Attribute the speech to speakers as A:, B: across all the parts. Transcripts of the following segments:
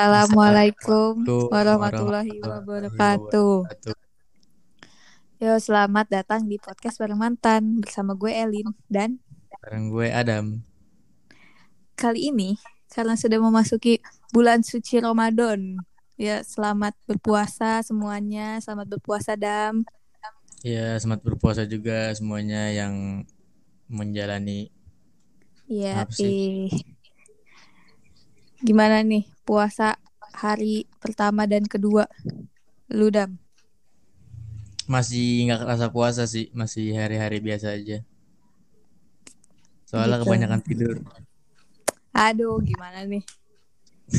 A: Assalamualaikum
B: Assalamualaikum
A: warahmatullahi
B: warahmatullahi
A: wabarakatuh.
B: wabarakatuh.
A: Yo, selamat datang di podcast bareng mantan bersama gue Elin. Dan
B: Bareng gue Adam.
A: kali ini karena sudah memasuki bulan suci Ramadan, ya selamat berpuasa semuanya, selamat berpuasa Dam.
B: Ya, selamat berpuasa juga semuanya yang menjalani.
A: Ya,
B: Maaf sih.
A: ih. Gimana nih puasa hari pertama dan kedua? Lu Dam.
B: Masih nggak kerasa puasa sih, masih hari-hari biasa aja. Soalnya
A: Gitu.
B: kebanyakan tidur.
A: Aduh, gimana nih?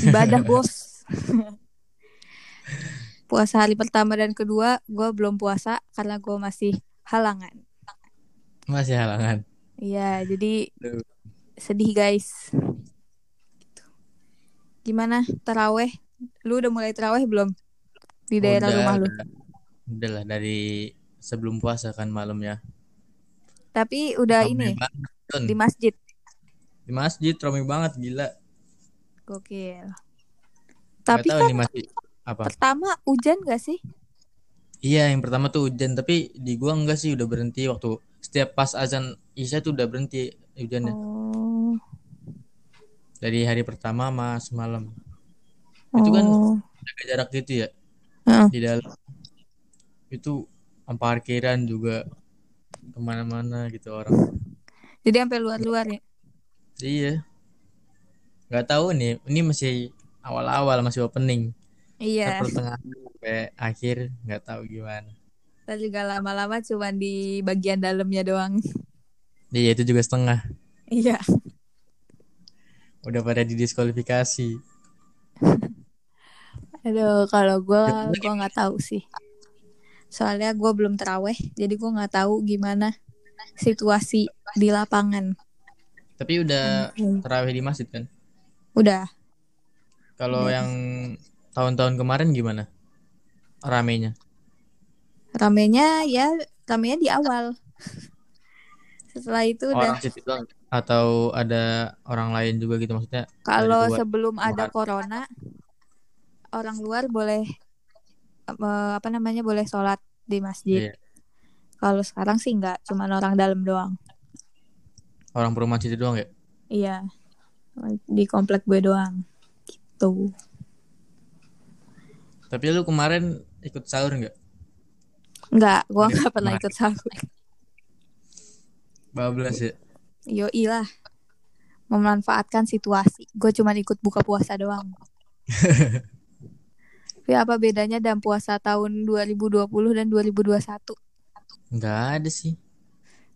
A: Ibadah, Bos. puasa hari pertama dan kedua, gue belum puasa karena gue masih halangan.
B: Masih halangan.
A: Iya, jadi
B: Aduh.
A: sedih, guys. Gitu. Gimana taraweh? Lu udah mulai taraweh belum? Di daerah
B: udah,
A: rumah lu.
B: udah. Udah lah, dari sebelum puasa kan malam ya.
A: Tapi udah
B: Ramai
A: ini
B: banget, Ton.
A: di masjid.
B: Di masjid ramai banget, gila.
A: Gokil.
B: Nggak
A: Tapi
B: tahu
A: kan
B: nih masjid apa.
A: pertama hujan gak sih?
B: Iya, yang pertama tuh hujan, tapi di gua enggak sih udah berhenti waktu setiap pas azan Isya tuh udah berhenti hujannya.
A: Oh.
B: Dari hari pertama mas malam. Itu kan
A: Oh.
B: jaga jarak gitu ya
A: Heeh.
B: di dalam itu am- parkiran juga kemana-mana gitu orang.
A: Jadi sampai luar-luar ya.
B: Iya, nggak tahu nih. Ini masih awal-awal masih opening.
A: Iya.
B: Ntar pertengahan sampai akhir nggak tahu gimana.
A: Kita juga lama-lama cuman di bagian dalamnya doang.
B: Iya itu juga setengah.
A: Iya.
B: Udah pada didiskualifikasi.
A: Aduh, kalau gue
B: Dan
A: gua nggak tahu sih. Soalnya gue belum teraweh, jadi gue nggak tahu gimana situasi di lapangan.
B: Tapi udah
A: Hmm.
B: terawih di masjid kan?
A: Udah,
B: Kalau
A: Udah.
B: yang tahun-tahun kemarin gimana? Ramenya?
A: ramenya ya ramenya di awal. Setelah itu udah.
B: Orang situ doang atau ada orang lain juga gitu maksudnya?
A: Kalau
B: dari luar
A: sebelum ada
B: Kemarin.
A: corona, orang luar boleh eh, apa namanya boleh sholat di masjid.
B: Iya.
A: Kalau sekarang sih nggak, cuman orang dalam doang.
B: Orang perumahan situ doang ya?
A: Iya, di komplek gue doang. Gitu.
B: Tapi lu kemarin ikut sahur nggak?
A: Nggak, gue
B: Dari
A: nggak pernah
B: kemarin.
A: ikut sahur.
B: Bablas ya?
A: Yo ilah, memanfaatkan situasi. Gue cuma ikut buka puasa doang. Tapi apa bedanya dan puasa tahun 2020 dan 2021?
B: Nggak ada sih.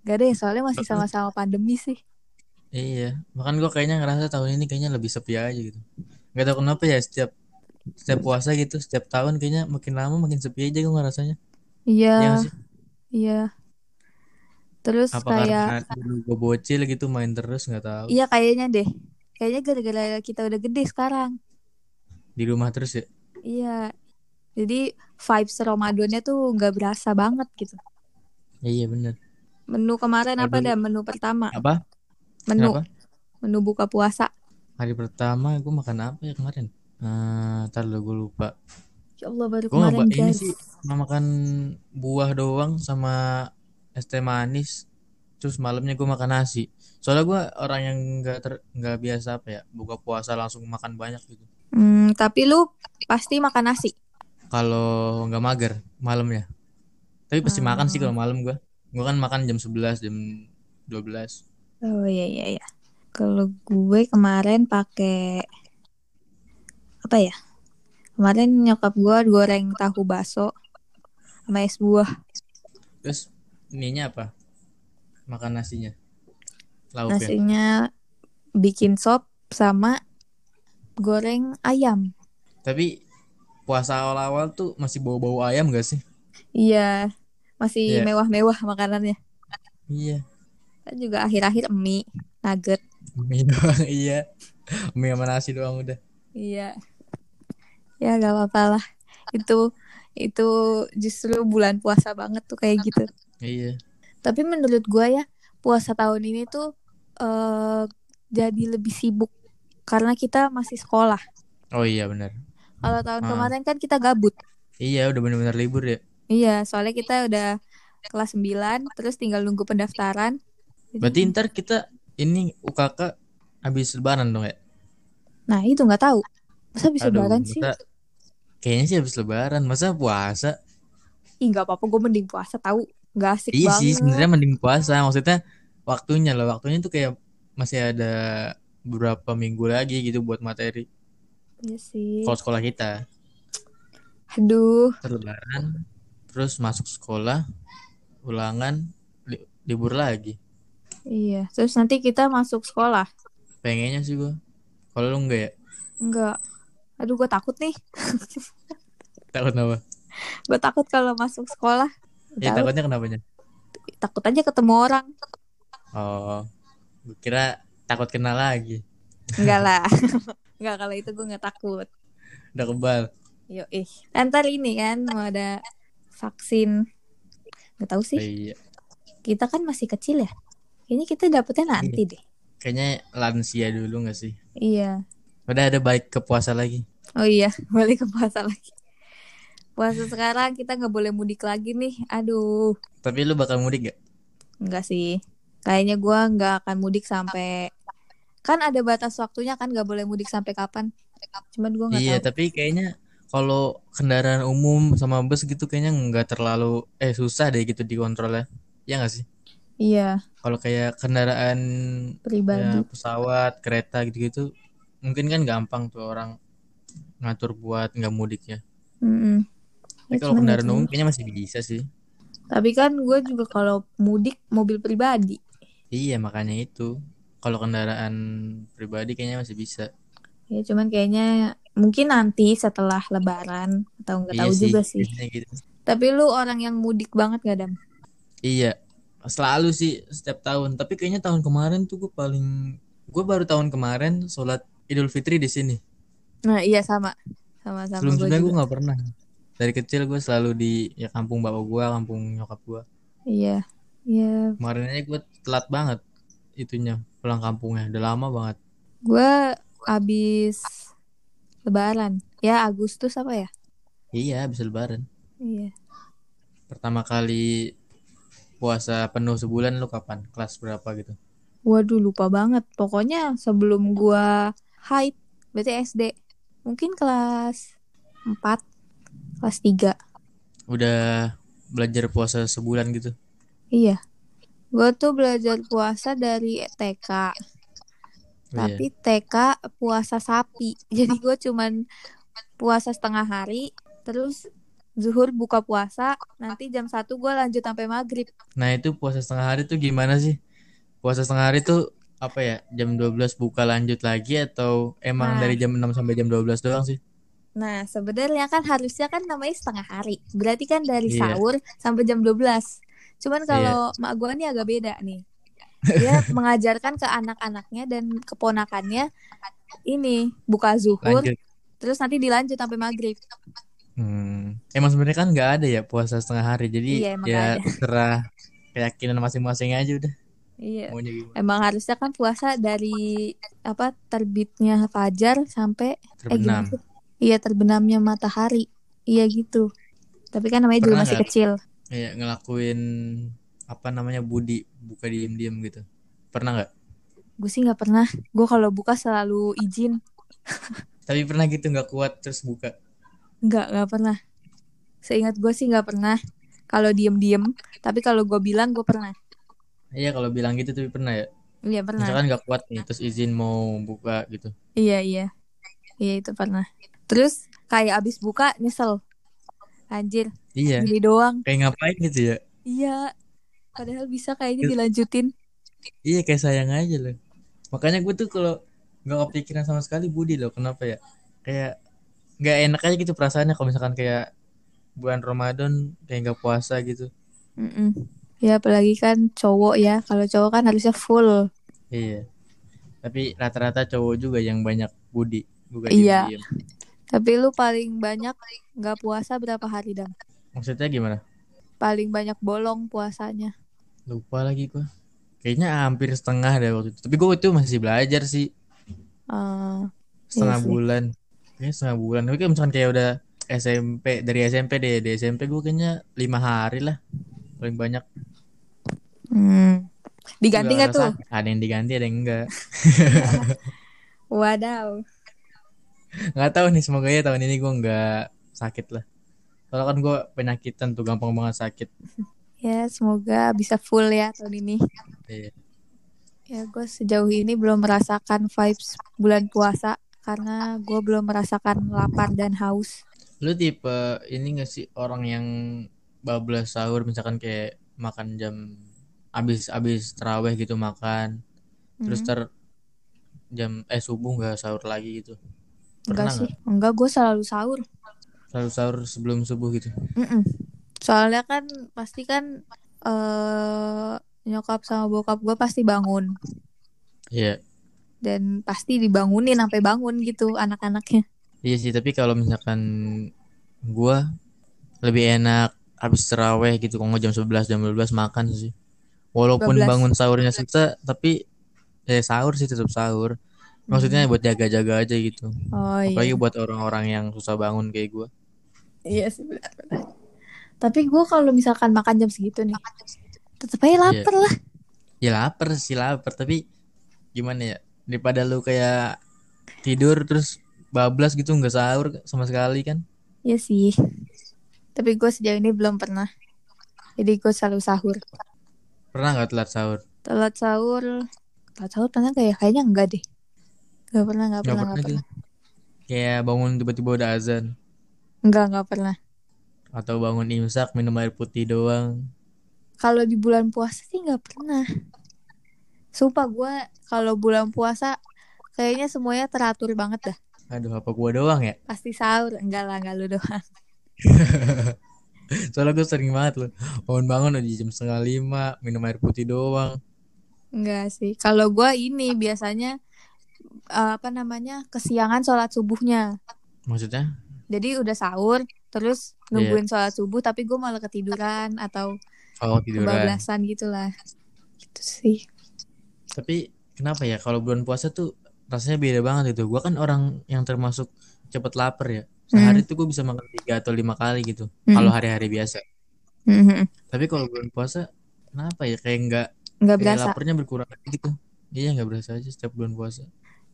A: Gak ada ya, soalnya masih sama-sama pandemi sih.
B: Iya. Bahkan gua kayaknya ngerasa tahun ini kayaknya lebih sepi aja gitu. Nggak tahu kenapa ya setiap setiap puasa gitu, setiap tahun kayaknya makin lama makin sepi aja gua ngerasanya. Iya nggak
A: Iya,
B: sih?
A: iya. Terus
B: Apa
A: kayak,
B: karena dulu gua bocil gitu main terus nggak tahu.
A: iya kayaknya deh. Kayaknya gara-gara kita udah gede sekarang.
B: Di rumah terus ya?
A: Iya, jadi vibes Ramadannya tuh gak berasa banget gitu.
B: Iya bener.
A: Menu kemarin
B: Kalau
A: apa
B: dulu-
A: dah menu pertama?
B: Apa?
A: Menu,
B: Kenapa?
A: menu buka puasa.
B: Hari pertama gue makan apa ya kemarin? Eh, ntar lo gue lupa.
A: Ya Allah baru
B: Gue nggak
A: kemarin
B: ini
A: guys.
B: sih cuma makan buah doang sama es teh manis. Terus malamnya gue makan nasi. Soalnya gue orang yang nggak ter- nggak biasa apa ya buka puasa langsung makan banyak gitu.
A: Hmm, tapi lu pasti makan nasi.
B: Kalau nggak mager malamnya. Tapi pasti makan sih
A: Ah.
B: kalau malam gue. Gue kan makan jam 11, jam 12.
A: Oh iya iya iya. Kalau gue kemarin pakai apa ya? Kemarin nyokap gue goreng tahu baso sama es buah.
B: Terus ininya apa? Makan nasinya, lauknya.
A: Nasinya bikin sop sama goreng ayam.
B: Tapi puasa awal-awal tuh masih bau-bau ayam gak sih?
A: Iya, masih
B: Iya.
A: mewah-mewah makanannya.
B: Iya.
A: Kan juga akhir-akhir mie, nugget.
B: Mie doang, iya. Mie sama nasi doang udah.
A: Iya. Ya gak apa-apa lah. Itu itu justru bulan puasa banget tuh kayak gitu.
B: Iya.
A: Tapi menurut gua ya puasa tahun ini tuh eh jadi lebih sibuk karena kita masih sekolah.
B: Oh iya benar.
A: Kalau tahun
B: Ah.
A: kemarin kan kita gabut.
B: Iya udah benar-benar libur ya.
A: Iya, soalnya kita udah kelas 9 terus tinggal nunggu pendaftaran. Jadi-
B: Berarti ntar kita ini UKK habis lebaran dong ya?
A: Nah, itu nggak tahu. Masa bisa
B: Aduh,
A: lebaran sih?
B: masa- Kayaknya sih habis lebaran. Masa puasa?
A: Ih, nggak apa-apa, gue mending puasa tahu. Nggak asik
B: Iya sih
A: banget.
B: sebenarnya mending puasa. Maksudnya waktunya lah. Waktunya tuh kayak masih ada beberapa minggu lagi gitu buat materi.
A: Iya sih.
B: Kalau sekolah kita
A: Aduh,
B: ntar lebaran, terus masuk sekolah, ulangan, li- libur lagi.
A: iya. Terus nanti kita masuk sekolah.
B: Pengennya sih gua. Kalau lu enggak ya?
A: Enggak. Aduh, gue takut nih.
B: Takut apa?
A: Gue takut kalau masuk sekolah.
B: Ya
A: Tahu,
B: takutnya kenapanya?
A: takut aja ketemu orang.
B: Oh, gue kira takut kena lagi.
A: Enggak lah. Enggak kalau itu gue nggak takut.
B: Udah kebal.
A: Yo ih. Ntar ini kan mau ada vaksin. Nggak tahu sih.
B: Oh, iya.
A: Kita kan masih kecil ya. Kayaknya kita dapetnya nanti
B: Iya.
A: deh.
B: Kayaknya lansia dulu gak sih?
A: Iya.
B: Udah ada balik ke puasa lagi.
A: Oh iya, balik ke puasa lagi. Puasa sekarang kita nggak boleh mudik lagi nih. Aduh,
B: Tapi lu bakal mudik gak?
A: enggak sih. Kayaknya gua nggak akan mudik sampai kan ada batas waktunya kan nggak boleh mudik sampai kapan. Cuman gua nggak
B: iya,
A: tahu.
B: tapi kayaknya kalau kendaraan umum sama bus gitu kayaknya nggak terlalu eh susah deh gitu dikontrolnya. Iya gak sih?
A: Iya,
B: Kalau kayak kendaraan ya,
A: pribadi.
B: pesawat, kereta gitu-gitu mungkin kan gampang tuh orang ngatur buat nggak mudik ya.
A: Mm-mm. Ya,
B: Tapi kalau
A: cuman nggak
B: kendaraan umum
A: tahu.
B: kayaknya masih bisa sih.
A: Tapi kan gue juga kalau mudik mobil pribadi.
B: Iya makanya itu kalau kendaraan pribadi kayaknya masih bisa.
A: Ya cuman kayaknya mungkin nanti setelah Lebaran atau nggak
B: Iya
A: tahu
B: sih.
A: juga sih.
B: biasanya gitu.
A: Tapi lu orang yang mudik banget gak dam?
B: Iya selalu sih setiap tahun. Tapi kayaknya tahun kemarin tuh gue paling gue baru tahun kemarin sholat Idul Fitri di sini.
A: Nah iya sama, sama sama gue
B: Sebelum sebelumnya gue
A: juga.
B: nggak pernah. Dari kecil gue selalu di ya kampung bapak gue, kampung nyokap gue.
A: Iya, iya
B: Kemarin aja gue telat banget itunya pulang kampungnya. Udah lama banget.
A: Gue abis Lebaran. Ya Agustus apa ya?
B: Iya bisa lebaran.
A: Iya.
B: Pertama kali puasa penuh sebulan lu kapan? Kelas berapa gitu?
A: Waduh lupa banget. Pokoknya sebelum gua haid berarti SD. Mungkin kelas 4, kelas 3.
B: Udah belajar puasa sebulan gitu?
A: Iya. Gue tuh belajar puasa dari TK.
B: Oh iya.
A: Tapi TK puasa sapi. Jadi gue cuman puasa setengah hari. Terus zuhur buka puasa. Nanti jam 1 gue lanjut sampai maghrib.
B: Nah itu puasa setengah hari tuh gimana sih? Puasa setengah hari tuh apa ya? Jam 12 buka lanjut lagi atau emang
A: Nah,
B: dari jam 6 sampai jam 12 doang sih?
A: Nah, sebenarnya kan harusnya kan namanya setengah hari. Berarti kan dari
B: Iya,
A: sahur sampai jam 12. Cuman
B: iya.
A: kalau mak gua nih agak beda nih. Dia mengajarkan ke anak-anaknya dan keponakannya ini buka zuhur
B: Lanjut.
A: terus nanti dilanjut sampai maghrib.
B: Hmm. Emang sebenarnya kan nggak ada ya puasa setengah hari. Jadi
A: Iya, emang
B: ya
A: gak ada.
B: terserah keyakinan masing-masing aja udah.
A: Iya.
B: Maunya gimana?
A: Emang harusnya kan puasa dari apa terbitnya fajar sampai eh gimana
B: Terbenam.
A: sih? Iya, terbenamnya matahari. Iya gitu. Tapi kan namanya juga
B: Pernah
A: masih
B: nggak
A: kecil.
B: kayak Iya, ngelakuin apa namanya budi buka diem-diem gitu? Pernah nggak?
A: Gue sih nggak pernah. Gue kalau buka selalu izin.
B: Tapi pernah gitu nggak kuat terus buka?
A: Nggak, nggak pernah. Seingat gue sih nggak pernah. Kalau diem-diem, tapi kalau gue bilang gue pernah.
B: Iya kalau bilang gitu tapi pernah ya.
A: Iya pernah.
B: Misalkan nggak kuat nih terus izin mau buka gitu.
A: Iya iya, iya itu pernah. Terus kayak abis buka nyesel, anjir,
B: Iya.
A: gini doang.
B: Kayak ngapain gitu ya?
A: Iya, padahal bisa kayaknya dilanjutin.
B: Iya kayak sayang aja loh. Makanya gue tuh kalau nggak kepikiran sama sekali Budi loh. Kenapa ya? Kayak nggak enak aja gitu perasaannya kalau misalkan kayak bulan Ramadan kayak nggak puasa gitu.
A: Mm-mm. Ya apalagi kan cowok ya, kalau cowok kan harusnya full.
B: Iya. Tapi rata-rata cowok juga yang banyak Budi buka
A: Iya,
B: diem-diem.
A: tapi lu paling banyak nggak puasa berapa hari dam?
B: Maksudnya gimana?
A: Paling banyak bolong puasanya.
B: Lupa lagi gue. Kayaknya hampir setengah deh waktu itu. Tapi gue itu masih belajar sih
A: Ah, iya
B: setengah
A: sih.
B: bulan. kayaknya setengah bulan tapi kayak misalkan kayak udah SMP dari SMP deh dari SMP gue kayaknya lima hari lah paling banyak
A: Hmm. Diganti nggak
B: Juga
A: tuh?
B: ngerasa ada yang diganti ada yang enggak
A: Wadaw.
B: nggak tahu nih semoga ya tahun ini gue nggak sakit lah soalnya kan gue penyakitan tuh gampang banget sakit
A: Ya semoga bisa full ya tahun ini.
B: Iya.
A: Ya gue sejauh ini belum merasakan vibes bulan puasa karena gue belum merasakan lapar dan haus.
B: lu tipe ini gak sih orang yang bablas sahur misalkan kayak makan jam abis abis teraweh gitu makan terus
A: Hmm,
B: ter jam eh subuh nggak sahur lagi gitu
A: enggak
B: pernah
A: sih,
B: nggak
A: enggak gue selalu sahur.
B: selalu sahur sebelum subuh gitu
A: Mm-mm. Soalnya kan pasti kan eh nyokap sama bokap gue pasti bangun
B: Iya
A: dan pasti dibangunin sampai bangun gitu anak-anaknya.
B: iya sih tapi kalau misalkan gua lebih enak abis teraweh gitu kalau nggak jam 11 jam 12 makan sih walaupun
A: 12.
B: bangun sahurnya susah tapi eh sahur sih tetap sahur maksudnya
A: Hmm.
B: buat jaga-jaga aja gitu
A: Oh
B: apalagi
A: iya.
B: buat orang-orang yang susah bangun kayak gua
A: Iya sih. benar. Tapi gue kalau misalkan makan jam segitu nih, tetep aja
B: Iya.
A: lapar lah.
B: Ya lapar sih lapar tapi gimana ya daripada lu kayak tidur terus bablas gitu nggak sahur sama sekali kan
A: Iya sih. Tapi gue sejauh ini belum pernah. Jadi gue selalu sahur.
B: pernah nggak telat sahur
A: Telat sahur, telat sahur pernah gak ya? Kayaknya enggak deh. Gak pernah, gak
B: nggak
A: pernah,
B: pernah
A: gak
B: gitu
A: pernah.
B: kayak bangun tiba-tiba udah azan
A: Enggak, gak pernah.
B: atau bangun imsak minum air putih doang
A: Kalau di bulan puasa sih gak pernah. Sumpah gue kalau bulan puasa kayaknya semuanya teratur banget dah.
B: aduh apa gua doang ya
A: Pasti sahur. Enggak lah, enggak lu doang.
B: soalnya gua sering banget loh bangun-bangun udah jam setengah lima minum air putih doang
A: Enggak sih. Kalau gue ini biasanya eh, apa namanya kesiangan sholat subuhnya.
B: maksudnya
A: Jadi udah sahur, terus
B: ya
A: nungguin sholat subuh, tapi gue malah ketiduran atau
B: kalau tiduran
A: kebablasan gitulah. Gitu sih.
B: Tapi kenapa ya kalau bulan puasa tuh rasanya beda banget itu. Gua kan orang yang termasuk cepet lapar ya.
A: Hmm,
B: Sehari tuh gue bisa makan tiga atau lima kali gitu. Kalau
A: hmm,
B: hari-hari biasa.
A: hmm, hmm.
B: Tapi kalau bulan puasa kenapa ya kayak nggak
A: Nggak
B: kayak
A: berasa.
B: laparnya berkurang aja gitu. Iya nggak berasa aja setiap bulan puasa.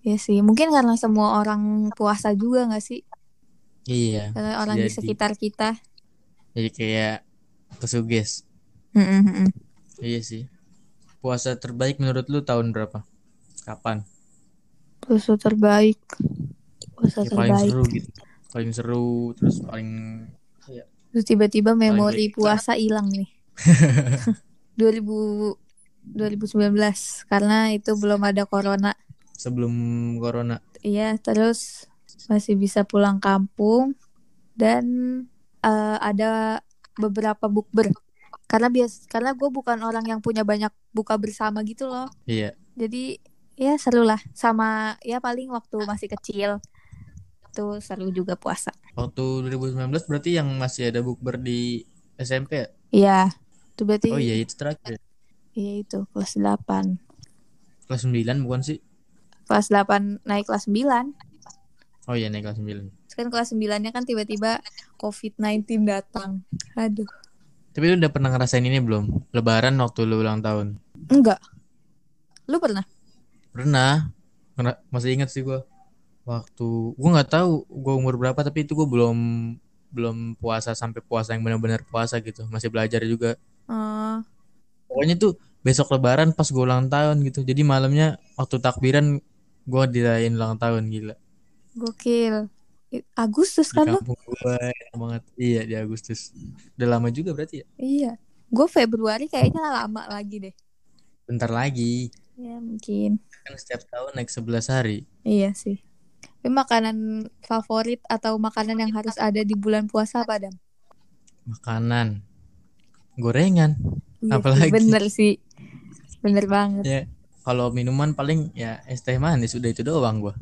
A: Ya sih. Mungkin karena semua orang puasa juga nggak sih?
B: Iya
A: Karena
B: bisa
A: orang di
B: jadi.
A: sekitar kita.
B: Jadi kayak kesuges.
A: Hmm, hmm, hmm.
B: Iya sih. Puasa terbaik menurut lu tahun berapa? Kapan?
A: Puasa terbaik. Puasa
B: Kayak paling
A: terbaik.
B: seru gitu. Paling seru terus paling ya,
A: Terus tiba-tiba
B: paling
A: memori
B: berkesan.
A: puasa hilang nih. 2000 2019 karena itu belum ada corona.
B: Sebelum corona.
A: Iya, terus masih bisa pulang kampung dan eh, ada beberapa bukber. Karena bias karena gue bukan orang yang punya banyak buka bersama gitu loh.
B: Iya.
A: Jadi ya seru lah sama ya paling waktu masih kecil tuh seru juga puasa.
B: Waktu 2019 berarti yang masih ada bukber di SMP ya?
A: Iya, itu berarti
B: Oh iya itu terakhir.
A: ya itu kelas 8.
B: Kelas 9 bukan sih?
A: Kelas 8 naik kelas 9.
B: Oh iya naik kelas 9.
A: Terus kan kelas 9-nya kan tiba-tiba COVID-19 datang. Aduh.
B: Tapi lu udah pernah ngerasain ini belum? Lebaran waktu lu ulang tahun.
A: Enggak, lu pernah?
B: Pernah. Ngera- masih ingat sih gua. Waktu gua nggak tahu gua umur berapa tapi itu gua belum belum puasa sampai puasa yang benar-benar puasa gitu. Masih belajar juga.
A: Eh,
B: Pokoknya tuh besok lebaran pas gua ulang tahun gitu. Jadi malamnya waktu takbiran gua dirayain ulang tahun gila.
A: gokil. I- Agustus
B: di
A: kan lu?
B: kampung gue enak banget iya di Agustus udah lama juga berarti ya
A: Iya. Gue Februari kayaknya lama lagi deh.
B: bentar lagi
A: Ya mungkin.
B: kan setiap tahun naik 11 hari
A: Iya sih. Tapi makanan favorit atau makanan yang harus ada di bulan puasa apa, Dam?
B: makanan gorengan
A: Iya sih,
B: apalagi
A: bener sih. Bener banget.
B: ya kalau minuman paling ya es teh manis udah itu doang gua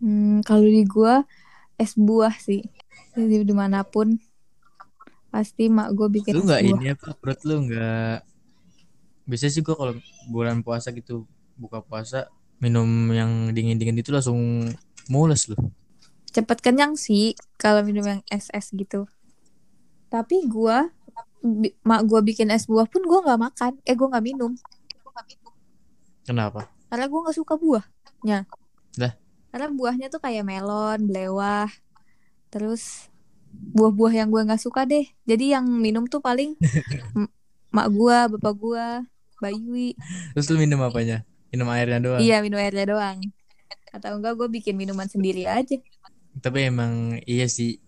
A: Hmm, kalau di gua es buah sih. Jadi dimanapun pasti mak gue bikin
B: lu
A: es
B: nggak
A: buah.
B: ini apa perut lu nggak biasanya sih gua kalau bulan puasa gitu buka puasa minum yang dingin dingin itu langsung mules loh
A: cepet kenyang sih kalau minum yang es es gitu tapi gua bi- mak gua bikin es buah pun gua nggak makan eh gua nggak minum
B: Kenapa?
A: karena gua nggak suka buahnya
B: Lah?
A: karena buahnya tuh kayak melon belewah terus buah-buah yang gua nggak suka deh jadi yang minum tuh paling m- mak gua bapak gua Bayui
B: Terus lu minum apanya? Minum airnya doang.
A: iya minum airnya doang atau enggak gua bikin minuman sendiri aja
B: Tapi emang iya sih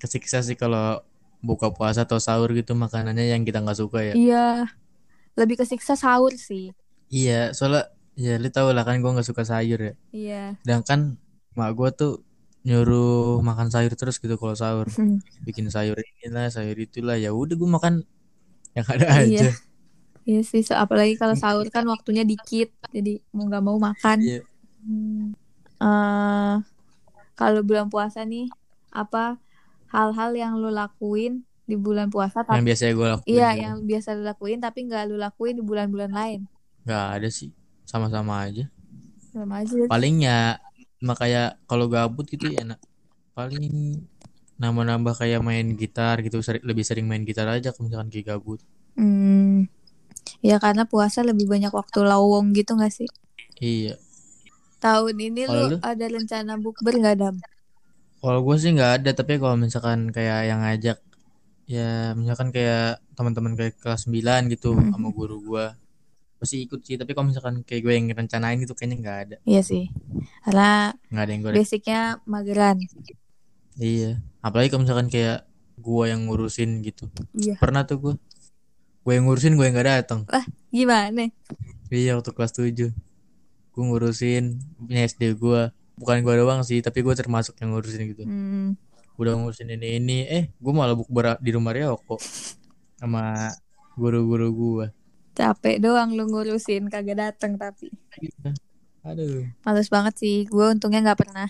B: kesiksa sih kalau buka puasa atau sahur gitu makanannya yang kita nggak suka ya.
A: iya lebih kesiksa sahur sih
B: Iya, soalnya ya lu tau lah kan gua nggak suka sayur ya.
A: iya
B: Sedangkan mak gua tuh nyuruh makan sayur terus gitu kalau sahur. Bikin sayur inilah, sayur itulah. Ya udah gua makan yang
A: Iya.
B: ada aja.
A: Iya sih, so- apalagi kalau
B: Hmm.
A: sahur kan waktunya dikit, jadi mau nggak mau makan.
B: Iya.
A: Hmm. Eh, kalau bulan puasa nih, apa hal-hal yang lu lakuin di bulan puasa?
B: Yang
A: Tapi
B: biasanya gua lakuin.
A: iya,
B: gitu.
A: yang biasa lu lakuin tapi nggak lu lakuin di bulan-bulan lain.
B: Nggak ada sih. Sama-sama aja.
A: Sama aja.
B: paling ya cuma kayak kalau gabut gitu ya na- paling nambah-nambah kayak main gitar gitu seri- lebih sering main gitar aja kalau misalkan kayak gabut
A: Hmm. Ya karena puasa lebih banyak waktu lowong gitu nggak sih?
B: iya
A: Tahun ini
B: Kalau
A: lu
B: lu?
A: ada rencana bukber nggak, Dam?
B: kalau gue sih nggak ada tapi kalau misalkan kayak yang ngajak ya misalkan kayak teman-teman kayak kelas 9 gitu
A: Mm-mm.
B: sama guru gua pasti ikut sih tapi kalau misalkan kayak gue yang rencanain gitu kayaknya nggak ada
A: Iya sih. Karena
B: nggak ada yang gue
A: basicnya mageran.
B: iya apalagi kalau misalkan kayak gua yang ngurusin gitu
A: Iya.
B: pernah tuh gue gue yang ngurusin gue yang nggak datang
A: Gimana?
B: Iya waktu kelas 7 Gue ngurusin punya SD gue Bukan gue doang sih Tapi gue termasuk yang ngurusin gitu
A: Hmm.
B: Udah ngurusin ini ini Eh gue malah bukber di rumah Ryoko Sama guru-guru gue
A: capek doang lu ngurusin kagak dateng tapi
B: Aduh
A: males banget sih gue untungnya nggak pernah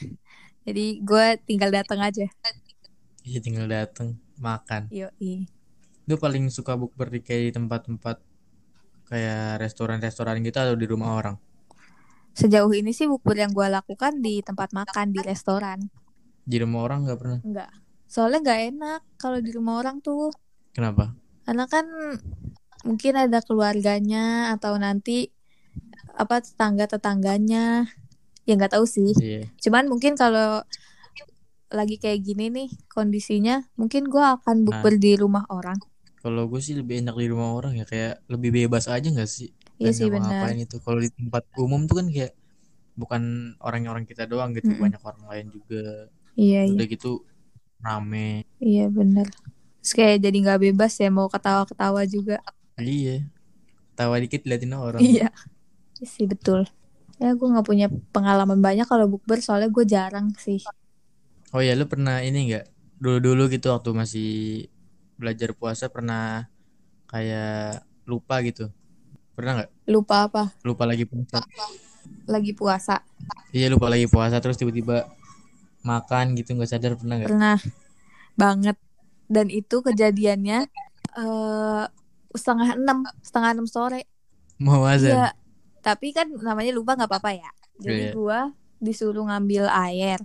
A: jadi gue tinggal dateng aja
B: Iya tinggal dateng Makan
A: yoi
B: Gue paling suka bukber di kayak di tempat-tempat Kayak restoran-restoran gitu Atau di rumah orang
A: sejauh ini sih bukber yang gue lakukan di tempat makan di restoran
B: Di rumah orang gak pernah
A: enggak soalnya nggak enak kalau di rumah orang tuh
B: Kenapa?
A: karena kan mungkin ada keluarganya atau nanti apa tetangga tetangganya ya nggak tahu sih
B: Iya
A: cuman mungkin kalau lagi kayak gini nih kondisinya mungkin gue akan
B: Nah
A: bukber di rumah orang
B: kalau gue sih lebih enak di rumah orang ya Kayak lebih bebas aja gak sih
A: iya
B: Dan
A: sih benar
B: ngapa-ngapain itu Kalau di tempat umum tuh kan kayak bukan orang-orang kita doang gitu
A: Mm-mm.
B: banyak orang lain juga
A: Iya iya
B: udah gitu rame
A: iya benar. Terus kayak jadi nggak bebas ya mau ketawa-ketawa juga.
B: iya tawa dikit liatin orang
A: Iya Iya sih betul. Ya gue nggak punya pengalaman banyak kalau bukber soalnya gue jarang sih.
B: oh ya lu pernah ini nggak dulu-dulu gitu waktu masih belajar puasa pernah kayak lupa gitu pernah nggak
A: Lupa apa?
B: lupa lagi puasa
A: Lagi puasa.
B: iya lupa lagi puasa terus tiba-tiba makan gitu nggak sadar pernah nggak
A: Pernah banget. Dan itu kejadiannya eh setengah enam setengah enam sore.
B: mau azan
A: Iya. Tapi kan namanya lupa nggak apa-apa ya. Jadi
B: Iya.
A: gue disuruh ngambil air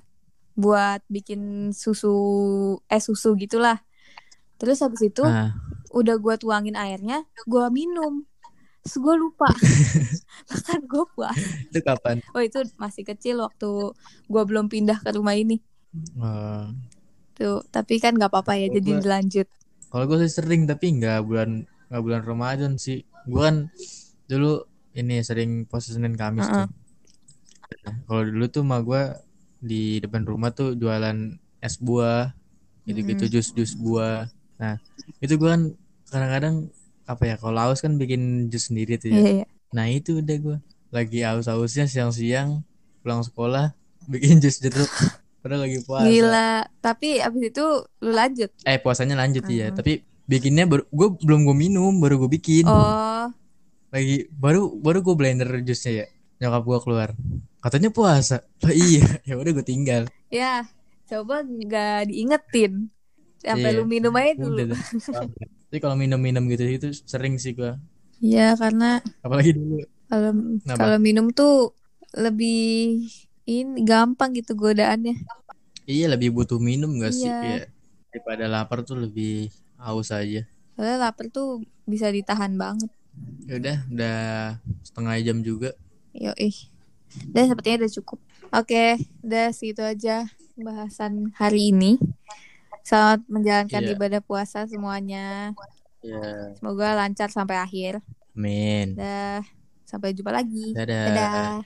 A: buat bikin susu eh susu gitulah. Terus habis itu
B: ah
A: udah gua tuangin airnya, gua minum. Terus gue lupa, bahkan gue puasa.
B: itu kapan
A: Oh itu masih kecil waktu gua belum pindah ke rumah ini.
B: Eh,
A: Tuh, tapi kan nggak apa-apa ya,
B: kalau
A: jadi
B: gue
A: dilanjut.
B: Kalau gue sih sering tapi nggak bulan nggak bulan Ramadan sih. Gue kan dulu ini sering puasa Senin Kamis
A: Heeh.
B: tuh. Nah, Kalau dulu tuh mah gue di depan rumah tuh jualan es buah gitu-gitu
A: Mm-mm.
B: jus-jus buah. Nah itu gue kan kadang-kadang apa ya kalau haus kan bikin jus sendiri tuh ya.
A: Iya, iya.
B: Nah itu udah gue lagi haus-hausnya siang-siang pulang sekolah bikin jus jeruk padahal lagi puasa.
A: Gila, tapi abis itu lu lanjut.
B: Eh puasanya lanjut ya
A: Heeh.
B: tapi bikinnya baru gue belum gue minum baru gue bikin.
A: Oh,
B: lagi baru baru gue blender jusnya ya nyokap gue keluar katanya puasa lah iya ya udah gue tinggal
A: ya. Coba nggak diingetin. Sampai
B: iya
A: lu minum aja
B: udah
A: Eh, dulu.
B: dah tapi kalau minum-minum gitu itu sering sih gue
A: Iya, karena
B: apalagi dulu
A: kalau
B: kenapa
A: kalau minum tuh lebih ini gampang gitu godaannya.
B: Iya lebih butuh minum gak sih?
A: Iya.
B: Iya. Daripada lapar tuh lebih haus aja.
A: Soalnya lapar tuh bisa ditahan banget.
B: Ya udah, udah setengah jam juga.
A: Yo ih. Dan sepertinya udah cukup. Oke, udah segitu aja pembahasan hari ini. Selamat menjalankan
B: Iya.
A: ibadah puasa semuanya.
B: Ya.
A: Semoga lancar sampai akhir.
B: Amin.
A: Dah, sampai jumpa lagi.
B: Dadah.
A: Dadah.